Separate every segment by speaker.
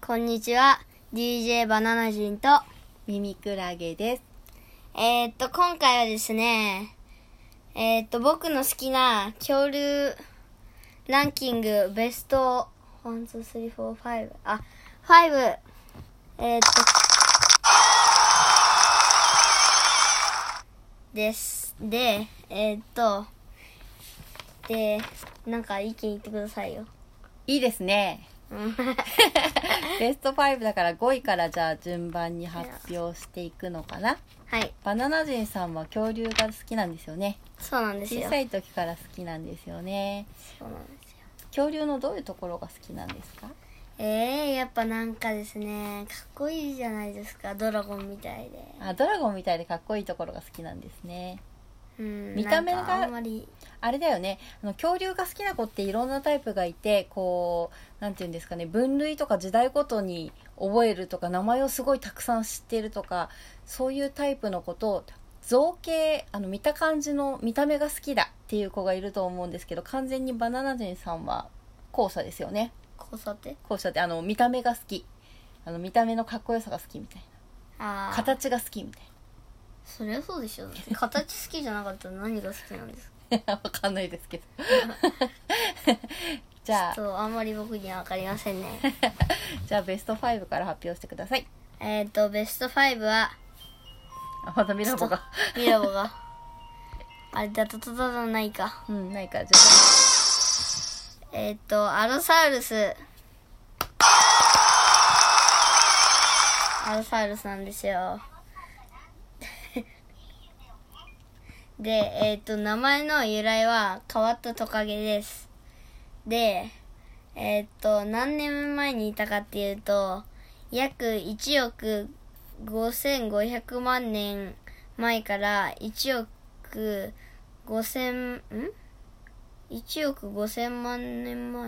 Speaker 1: こんにちは DJ バナナ人と
Speaker 2: 耳クラゲです。
Speaker 1: えー、っと今回はですねえー、っと僕の好きな恐竜ランキングベスト1,2,3,4,5あ5えー、っとですでえー、っとでなんか意見言ってくださいよ
Speaker 2: いいですね。ベスト5だから5位からじゃあ順番に発表していくのかな。
Speaker 1: はい
Speaker 2: バナナ人さんは恐竜が好きなんですよね。
Speaker 1: そうなんですよ
Speaker 2: 小さい時から好きなんですよね。
Speaker 1: そうなんですよ
Speaker 2: 恐竜のどういうところが好きなんですか
Speaker 1: えー、やっぱなんかですねかっこいいじゃないですかドラゴンみたいで
Speaker 2: あ、ドラゴンみたいでかっこいいところが好きなんですね。
Speaker 1: うん
Speaker 2: 見た目が
Speaker 1: なんかあんまり
Speaker 2: あれだよねあの恐竜が好きな子っていろんなタイプがいてこうなんていうんですかね分類とか時代ごとに覚えるとか名前をすごいたくさん知ってるとかそういうタイプのことを造形あの見た感じの見た目が好きだっていう子がいると思うんですけど完全にバナナ人さんは後者ですよね
Speaker 1: 交差点
Speaker 2: 後者ってあの見た目が好きあの見た目のかっこよさが好きみたい
Speaker 1: あ
Speaker 2: な
Speaker 1: あ
Speaker 2: 形が好きみたい
Speaker 1: そりゃそうでしょだって形好きじゃなかったら何が好きなんですか
Speaker 2: な わかんないですけど じゃあ
Speaker 1: そうあんまり僕には分かりませんね
Speaker 2: じゃあベスト5から発表してください。
Speaker 1: えっとベスト5は
Speaker 2: あまだミラボが。
Speaker 1: ミラボがあれだとただないか
Speaker 2: うん、ないから、じゃ
Speaker 1: えっ、とアロサウルスアロサウルスなんですよ でえっ、と名前の由来は変わったトカゲですでえっ、と何年前にいたかっていうと約1億5500万年前から1億5000ん1億5000万年前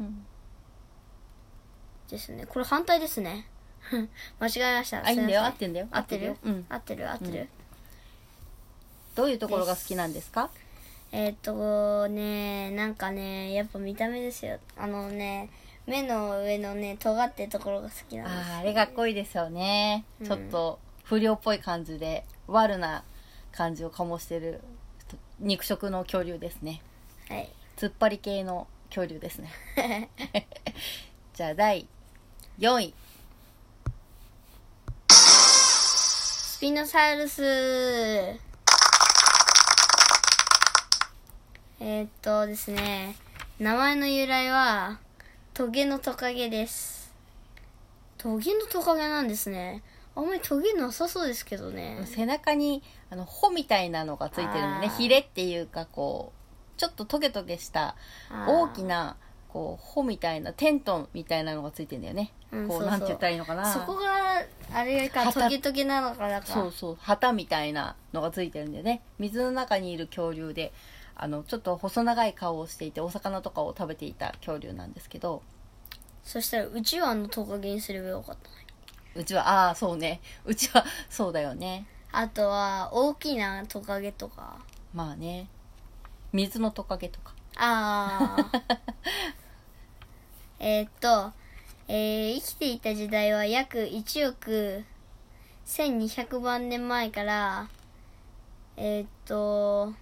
Speaker 2: うん
Speaker 1: ですねこれ反対ですね 間違えました
Speaker 2: あ、いいんだよ、
Speaker 1: す
Speaker 2: 合
Speaker 1: ませ
Speaker 2: ってんだよ。
Speaker 1: 合ってる、
Speaker 2: うん。
Speaker 1: 合ってる合ってる、
Speaker 2: どういうところが好きなんですか
Speaker 1: えーっとねなんかねやっぱ見た目ですよあのね目の上のね尖ってるところが好きなんです
Speaker 2: あーあれかっこいいですよね。
Speaker 1: うん
Speaker 2: ちょっと、不良っぽい感じで、悪な感じを醸してる、ちょっと肉食の恐竜ですね。
Speaker 1: はい
Speaker 2: 突っ張り系の恐竜ですね。 じゃあ、第4位。
Speaker 1: スピノサウルスえーっとですね名前の由来はトゲのトカゲですトゲのトカゲなんですねあんまりトゲなさそうですけどね
Speaker 2: 背中に、あの、穂みたいなのがついてるのね。
Speaker 1: あー
Speaker 2: ヒレっていうか、こう、ちょっとトゲトゲした、
Speaker 1: あー
Speaker 2: 大きなこう穂みたいなテントみたいなのがついてんだよね、
Speaker 1: うん
Speaker 2: こ
Speaker 1: そう
Speaker 2: う
Speaker 1: そう
Speaker 2: なんて言ったらいいのかな
Speaker 1: そこがあれか
Speaker 2: 旗
Speaker 1: トゲトゲなのかだから
Speaker 2: そうそう旗みたいなのがついてるんだよね水の中にいる恐竜であのちょっと細長い顔をしていてお魚とかを食べていた恐竜なんですけど
Speaker 1: そしたらうちはあのトカゲにすればよかった
Speaker 2: うちはああそうねうちはそうだよね
Speaker 1: あとは大きなトカゲとか
Speaker 2: まあね水のトカゲとか
Speaker 1: あ あえーっと、えー生きていた時代は約1億1200万年前からえーっと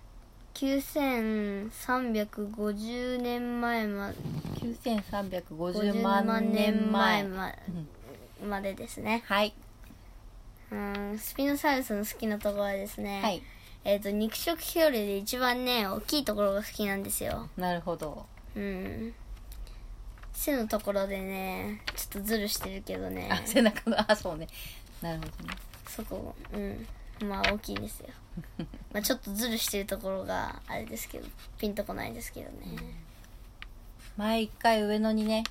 Speaker 1: 9350年前ま
Speaker 2: 9350
Speaker 1: 50
Speaker 2: 万年前
Speaker 1: ままでですね
Speaker 2: はい、
Speaker 1: うんスピノサウルスの好きなところはですね、
Speaker 2: はい
Speaker 1: えーっと肉食恐竜で一番ね大きいところが好きなんですよ
Speaker 2: なるほど
Speaker 1: うん背のところでねちょっとズルしてるけどね
Speaker 2: あ背中のあそうねなるほどね
Speaker 1: そこうんまあ大きいですよまあちょっとズルしてるところがあれですけどピンとこないですけどね、
Speaker 2: 前一回上野にね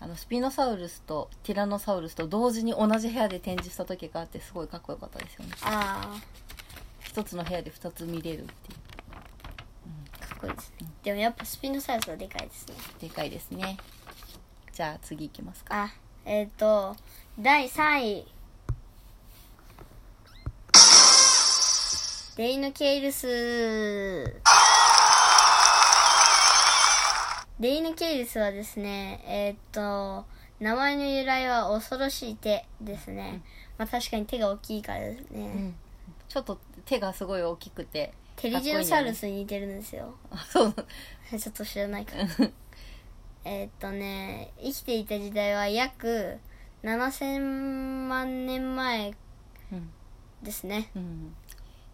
Speaker 2: あのスピノサウルスとティラノサウルスと同時に同じ部屋で展示した時があってすごいかっこよかったですよね
Speaker 1: あ
Speaker 2: 一つの部屋で二つ見れるってい
Speaker 1: あかっこいいですねでもやっぱスピンのサイズはでかいですね
Speaker 2: うでかいですねじゃあ次行きますか
Speaker 1: あえっ、と第3位デイノケイルスデイノケイルスはですねえっ、と名前の由来は恐ろしい手ですね、まあ確かに手が大きいからですね、
Speaker 2: うんちょっと手がすごい大きくて
Speaker 1: テリジノサウルスに似てるんですよ
Speaker 2: あそうな
Speaker 1: ちょっと知らないからえーっとね生きていた時代は約7000万年前
Speaker 2: うん
Speaker 1: ですね
Speaker 2: うん、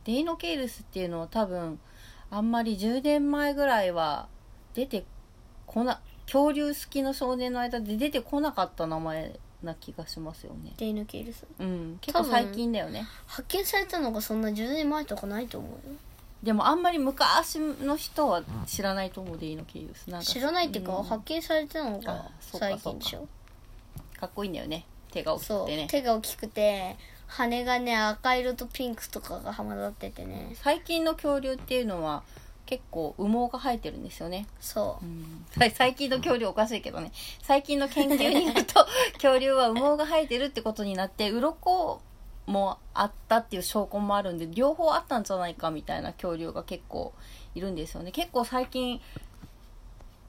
Speaker 2: デイノケイルスっていうのは多分あんまり10年前ぐらいは出てこな恐竜好きの少年の間で出てこなかった名前な気がしますよね
Speaker 1: デイノケイルス
Speaker 2: うん結構最近だよね
Speaker 1: 発見されたのがそんな10年前とかないと思うよ
Speaker 2: でもあんまり昔の人は知らないと思うデイノケイルスなんか
Speaker 1: 知らないっていうか、
Speaker 2: うん
Speaker 1: 発見されたのが
Speaker 2: あそうか
Speaker 1: 最近でしょ
Speaker 2: かっこいいんだよね手が大き
Speaker 1: そ
Speaker 2: く
Speaker 1: う,、
Speaker 2: てね
Speaker 1: 手が大きくて羽がね赤色とピンクとかがはまだっててね
Speaker 2: 最近の恐竜っていうのは結構羽毛が生えてるんですよね
Speaker 1: そううん
Speaker 2: さ最近の恐竜おかしいけどね最近の研究による と恐竜は羽毛が生えてるってことになって鱗もあったっていう証拠もあるんで両方あったんじゃないかみたいな恐竜が結構いるんですよね結構最近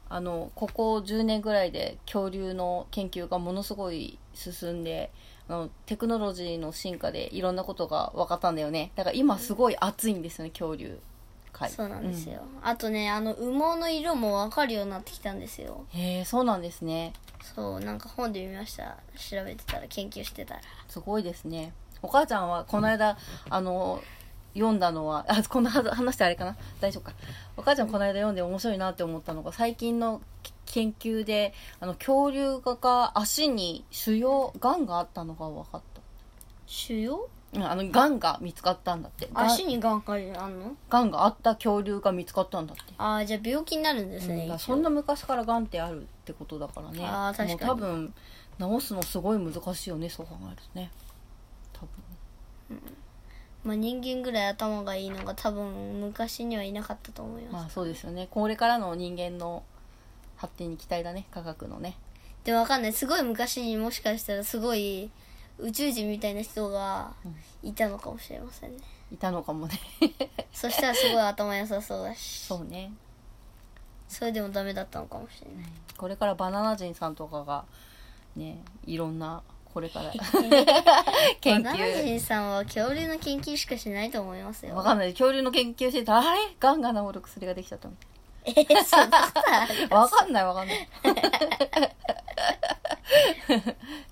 Speaker 2: あのここ10年ぐらいで恐竜の研究がものすごい進んであのテクノロジーの進化でいろんなことが分かったんだよねだから今すごい熱いんですよね恐竜界
Speaker 1: そうなんですよ、あとねあの羽毛の色もわかるようになってきたんですよ
Speaker 2: うんへえそうなんですね
Speaker 1: そうなんか本で見ました調べてたら研究してたら
Speaker 2: すごいですね。お母ちゃんはこの間、あの、読んだのは、あ、こんなはず話してあれかな大丈夫か。お母ちゃんこの間読んで面白いなって思ったのが、最近のけ研究で、あの、恐竜がが足に腫瘍、癌があったのが分かっ
Speaker 1: 腫瘍
Speaker 2: た。うん、あの、癌が見つかったんだって。がん
Speaker 1: 足にがんかりあんの
Speaker 2: 癌があった恐竜が見つかったんだって。
Speaker 1: ああじゃあ病気になるんですね、
Speaker 2: うんだから
Speaker 1: 一応
Speaker 2: そんな昔から癌ってあるってことだからね。
Speaker 1: あー確かに
Speaker 2: もう多分、治すのすごい難しいよね、そう考えるとね。多分。
Speaker 1: まあ、人間ぐらい頭がいいのが多分昔にはいなかったと思います、
Speaker 2: まあそうですよねこれからの人間の発展に期待だね科学のね
Speaker 1: でもわかんないすごい昔にもしかしたらすごい宇宙人みたいな人がいたのかもしれません ね、
Speaker 2: いたのかもね
Speaker 1: そしたらすごい頭良さそうだし
Speaker 2: そうね
Speaker 1: それでもダメだったのかもしれない
Speaker 2: これからバナナ人さんとかがねいろんなこれから 研
Speaker 1: バナナ
Speaker 2: 究
Speaker 1: 人さんは恐竜の研究しかしないと思いますよ
Speaker 2: わかんない恐竜の研究してたあれガンが治る薬ができちゃったみ
Speaker 1: えー そうだった
Speaker 2: たいなわかんないわかん ない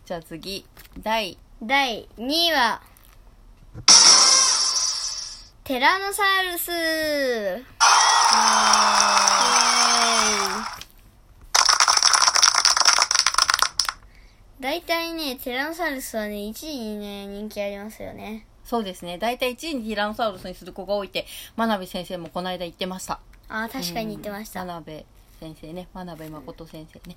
Speaker 2: じゃあ次第
Speaker 1: 第2位はテラノサウルスイエーイ大体ねテラノサウルスはね1位にね人気ありますよね
Speaker 2: そうですね大体1位にティラノサウルスにする子が多いって真鍋先生もこの間言ってました
Speaker 1: ああ確かに言ってました
Speaker 2: 真鍋先生ね真鍋誠先生ね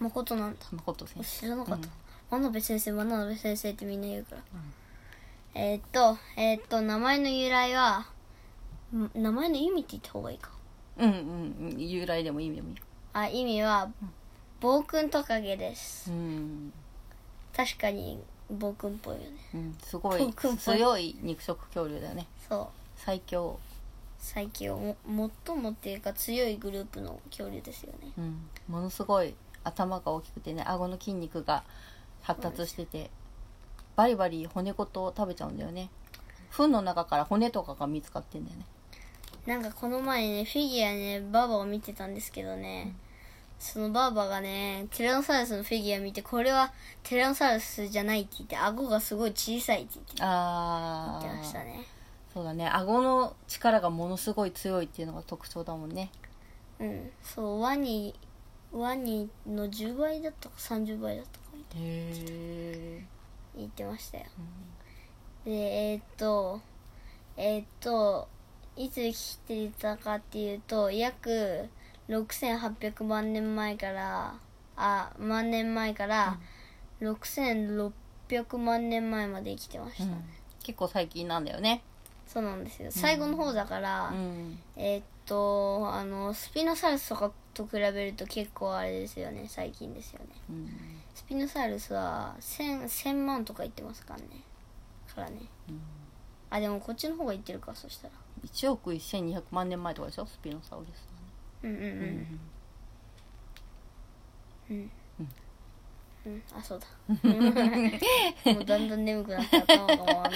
Speaker 1: 誠なんだ
Speaker 2: 誠先生
Speaker 1: 知らなかった、真鍋先生真鍋先生ってみんな言うから、えーっとえーっと名前の由来はん名前の意味って言った方がいいか
Speaker 2: うんうんうん由来でも意味でもいいよ
Speaker 1: あ意味は暴君トカゲです
Speaker 2: うん、
Speaker 1: 確かに暴君っぽいよね
Speaker 2: うん、すご
Speaker 1: ポ
Speaker 2: い
Speaker 1: ンクンポン
Speaker 2: 強い肉食恐竜だよね
Speaker 1: そう
Speaker 2: 最強
Speaker 1: 最強も最もっていうか強いグループの恐竜ですよね
Speaker 2: うんものすごい頭が大きくてね顎の筋肉が発達しててバリバリ骨ごと食べちゃうんだよね糞の中から骨とかが見つかってんだよね
Speaker 1: なんかこの前ねフィギュアねバーバを見てたんですけどね、そのバーバがねティラノサウルスのフィギュア見てこれはティラノサウルスじゃないって言って顎がすごい小さいって言って
Speaker 2: あ
Speaker 1: 言ってました
Speaker 2: あ
Speaker 1: ね
Speaker 2: そうだね顎の力がものすごい強いっていうのが特徴だもんね
Speaker 1: うんそうワニワニの10倍だったか30倍だったか
Speaker 2: へえ
Speaker 1: 言ってましたよ、でえーっとえーっといつ生きていたかっていうと約6800万年前からあ万年前から6600万年前まで生きてました、
Speaker 2: うん結構最近なんだよね、
Speaker 1: そうなんですよ最後の方だから、
Speaker 2: うん、
Speaker 1: えーっとあのスピノサウルスとかと比べると結構あれですよね最近ですよね
Speaker 2: うん
Speaker 1: スピノサウルスは 1000, 1000万とか言ってますからねからね、あでもこっちの方が言ってるかそしたら
Speaker 2: 1億1200万年前とかでしょスピノサウルス
Speaker 1: うんうんうんうん、うん、あ、そうだ。 もうだんだん眠くなって頭が回らない。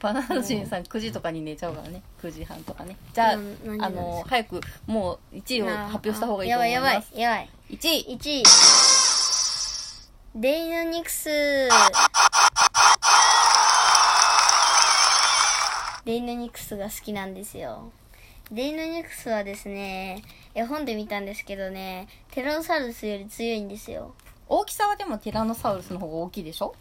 Speaker 2: バナナ人さん9時とかに寝ちゃうからね9時半とかねじゃああ
Speaker 1: うん何がですか
Speaker 2: の早くもう1位を発表した方がいい
Speaker 1: や
Speaker 2: と思
Speaker 1: ばい
Speaker 2: い
Speaker 1: や
Speaker 2: ます
Speaker 1: ばい、やばい。
Speaker 2: 1位
Speaker 1: 1位。デイノニクス。デイノニクスが好きなんですよ。デイノニクスはですね、絵本で見たんですけどね、ティラノサウルスより強いんですよ。
Speaker 2: 大きさはでもティラノサウルスの方が大きいでしょ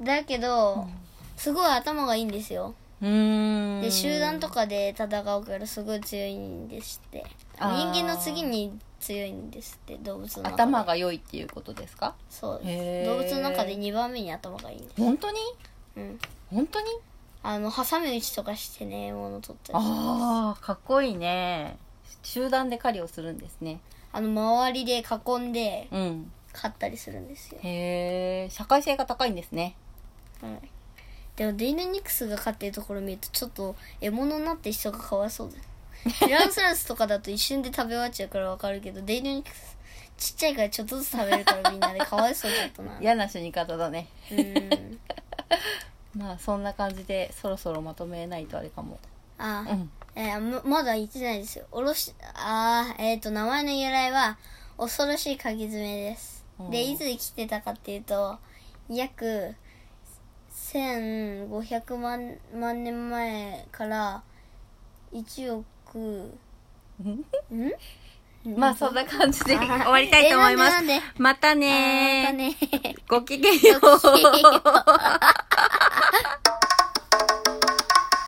Speaker 1: だけど、すごい頭がいいんですよ。
Speaker 2: うーん
Speaker 1: で、集団とかで戦うからすごい強いんですって。人
Speaker 2: あー
Speaker 1: 間の次に強いんですって、動物の中で。
Speaker 2: 頭が良いっていうことですか
Speaker 1: そう
Speaker 2: へ
Speaker 1: で
Speaker 2: ー
Speaker 1: す動物の中で2番目に頭がいいんです
Speaker 2: 本当に
Speaker 1: うん
Speaker 2: 本当に
Speaker 1: あのハサミ打ちとかしてね物取ったりして
Speaker 2: ああかっこいいね集団で狩りをするんですね
Speaker 1: あの周りで囲んで
Speaker 2: うん
Speaker 1: 飼ったりするんですよ、
Speaker 2: へえ社会性が高いんですね
Speaker 1: はい、でもデイノニクスが飼ってるところ見るとちょっと獲物になって人がかわいそうだティラノサウルスとかだと一瞬で食べ終わっちゃうからわかるけどデイノニクスちっちゃいからちょっとずつ食べるからみんなでかわいそうだったな
Speaker 2: 嫌な死に方だね
Speaker 1: うん
Speaker 2: まあそんな感じでそろそろまとめないとあれかも
Speaker 1: あ、
Speaker 2: うん
Speaker 1: えーままだ言ってないですよ。おろし、あーえっ、と、名前の由来は、恐ろしい鍵爪です。で、
Speaker 2: うん
Speaker 1: いつ生きてたかっていうと、約、1500万万年前から、1億、ん
Speaker 2: まあそんな感じ で 終わりたいと思い ます
Speaker 1: えなんでなんで
Speaker 2: また
Speaker 1: あーま
Speaker 2: ね
Speaker 1: たね。
Speaker 2: ごきげんよう
Speaker 1: ごきげんよう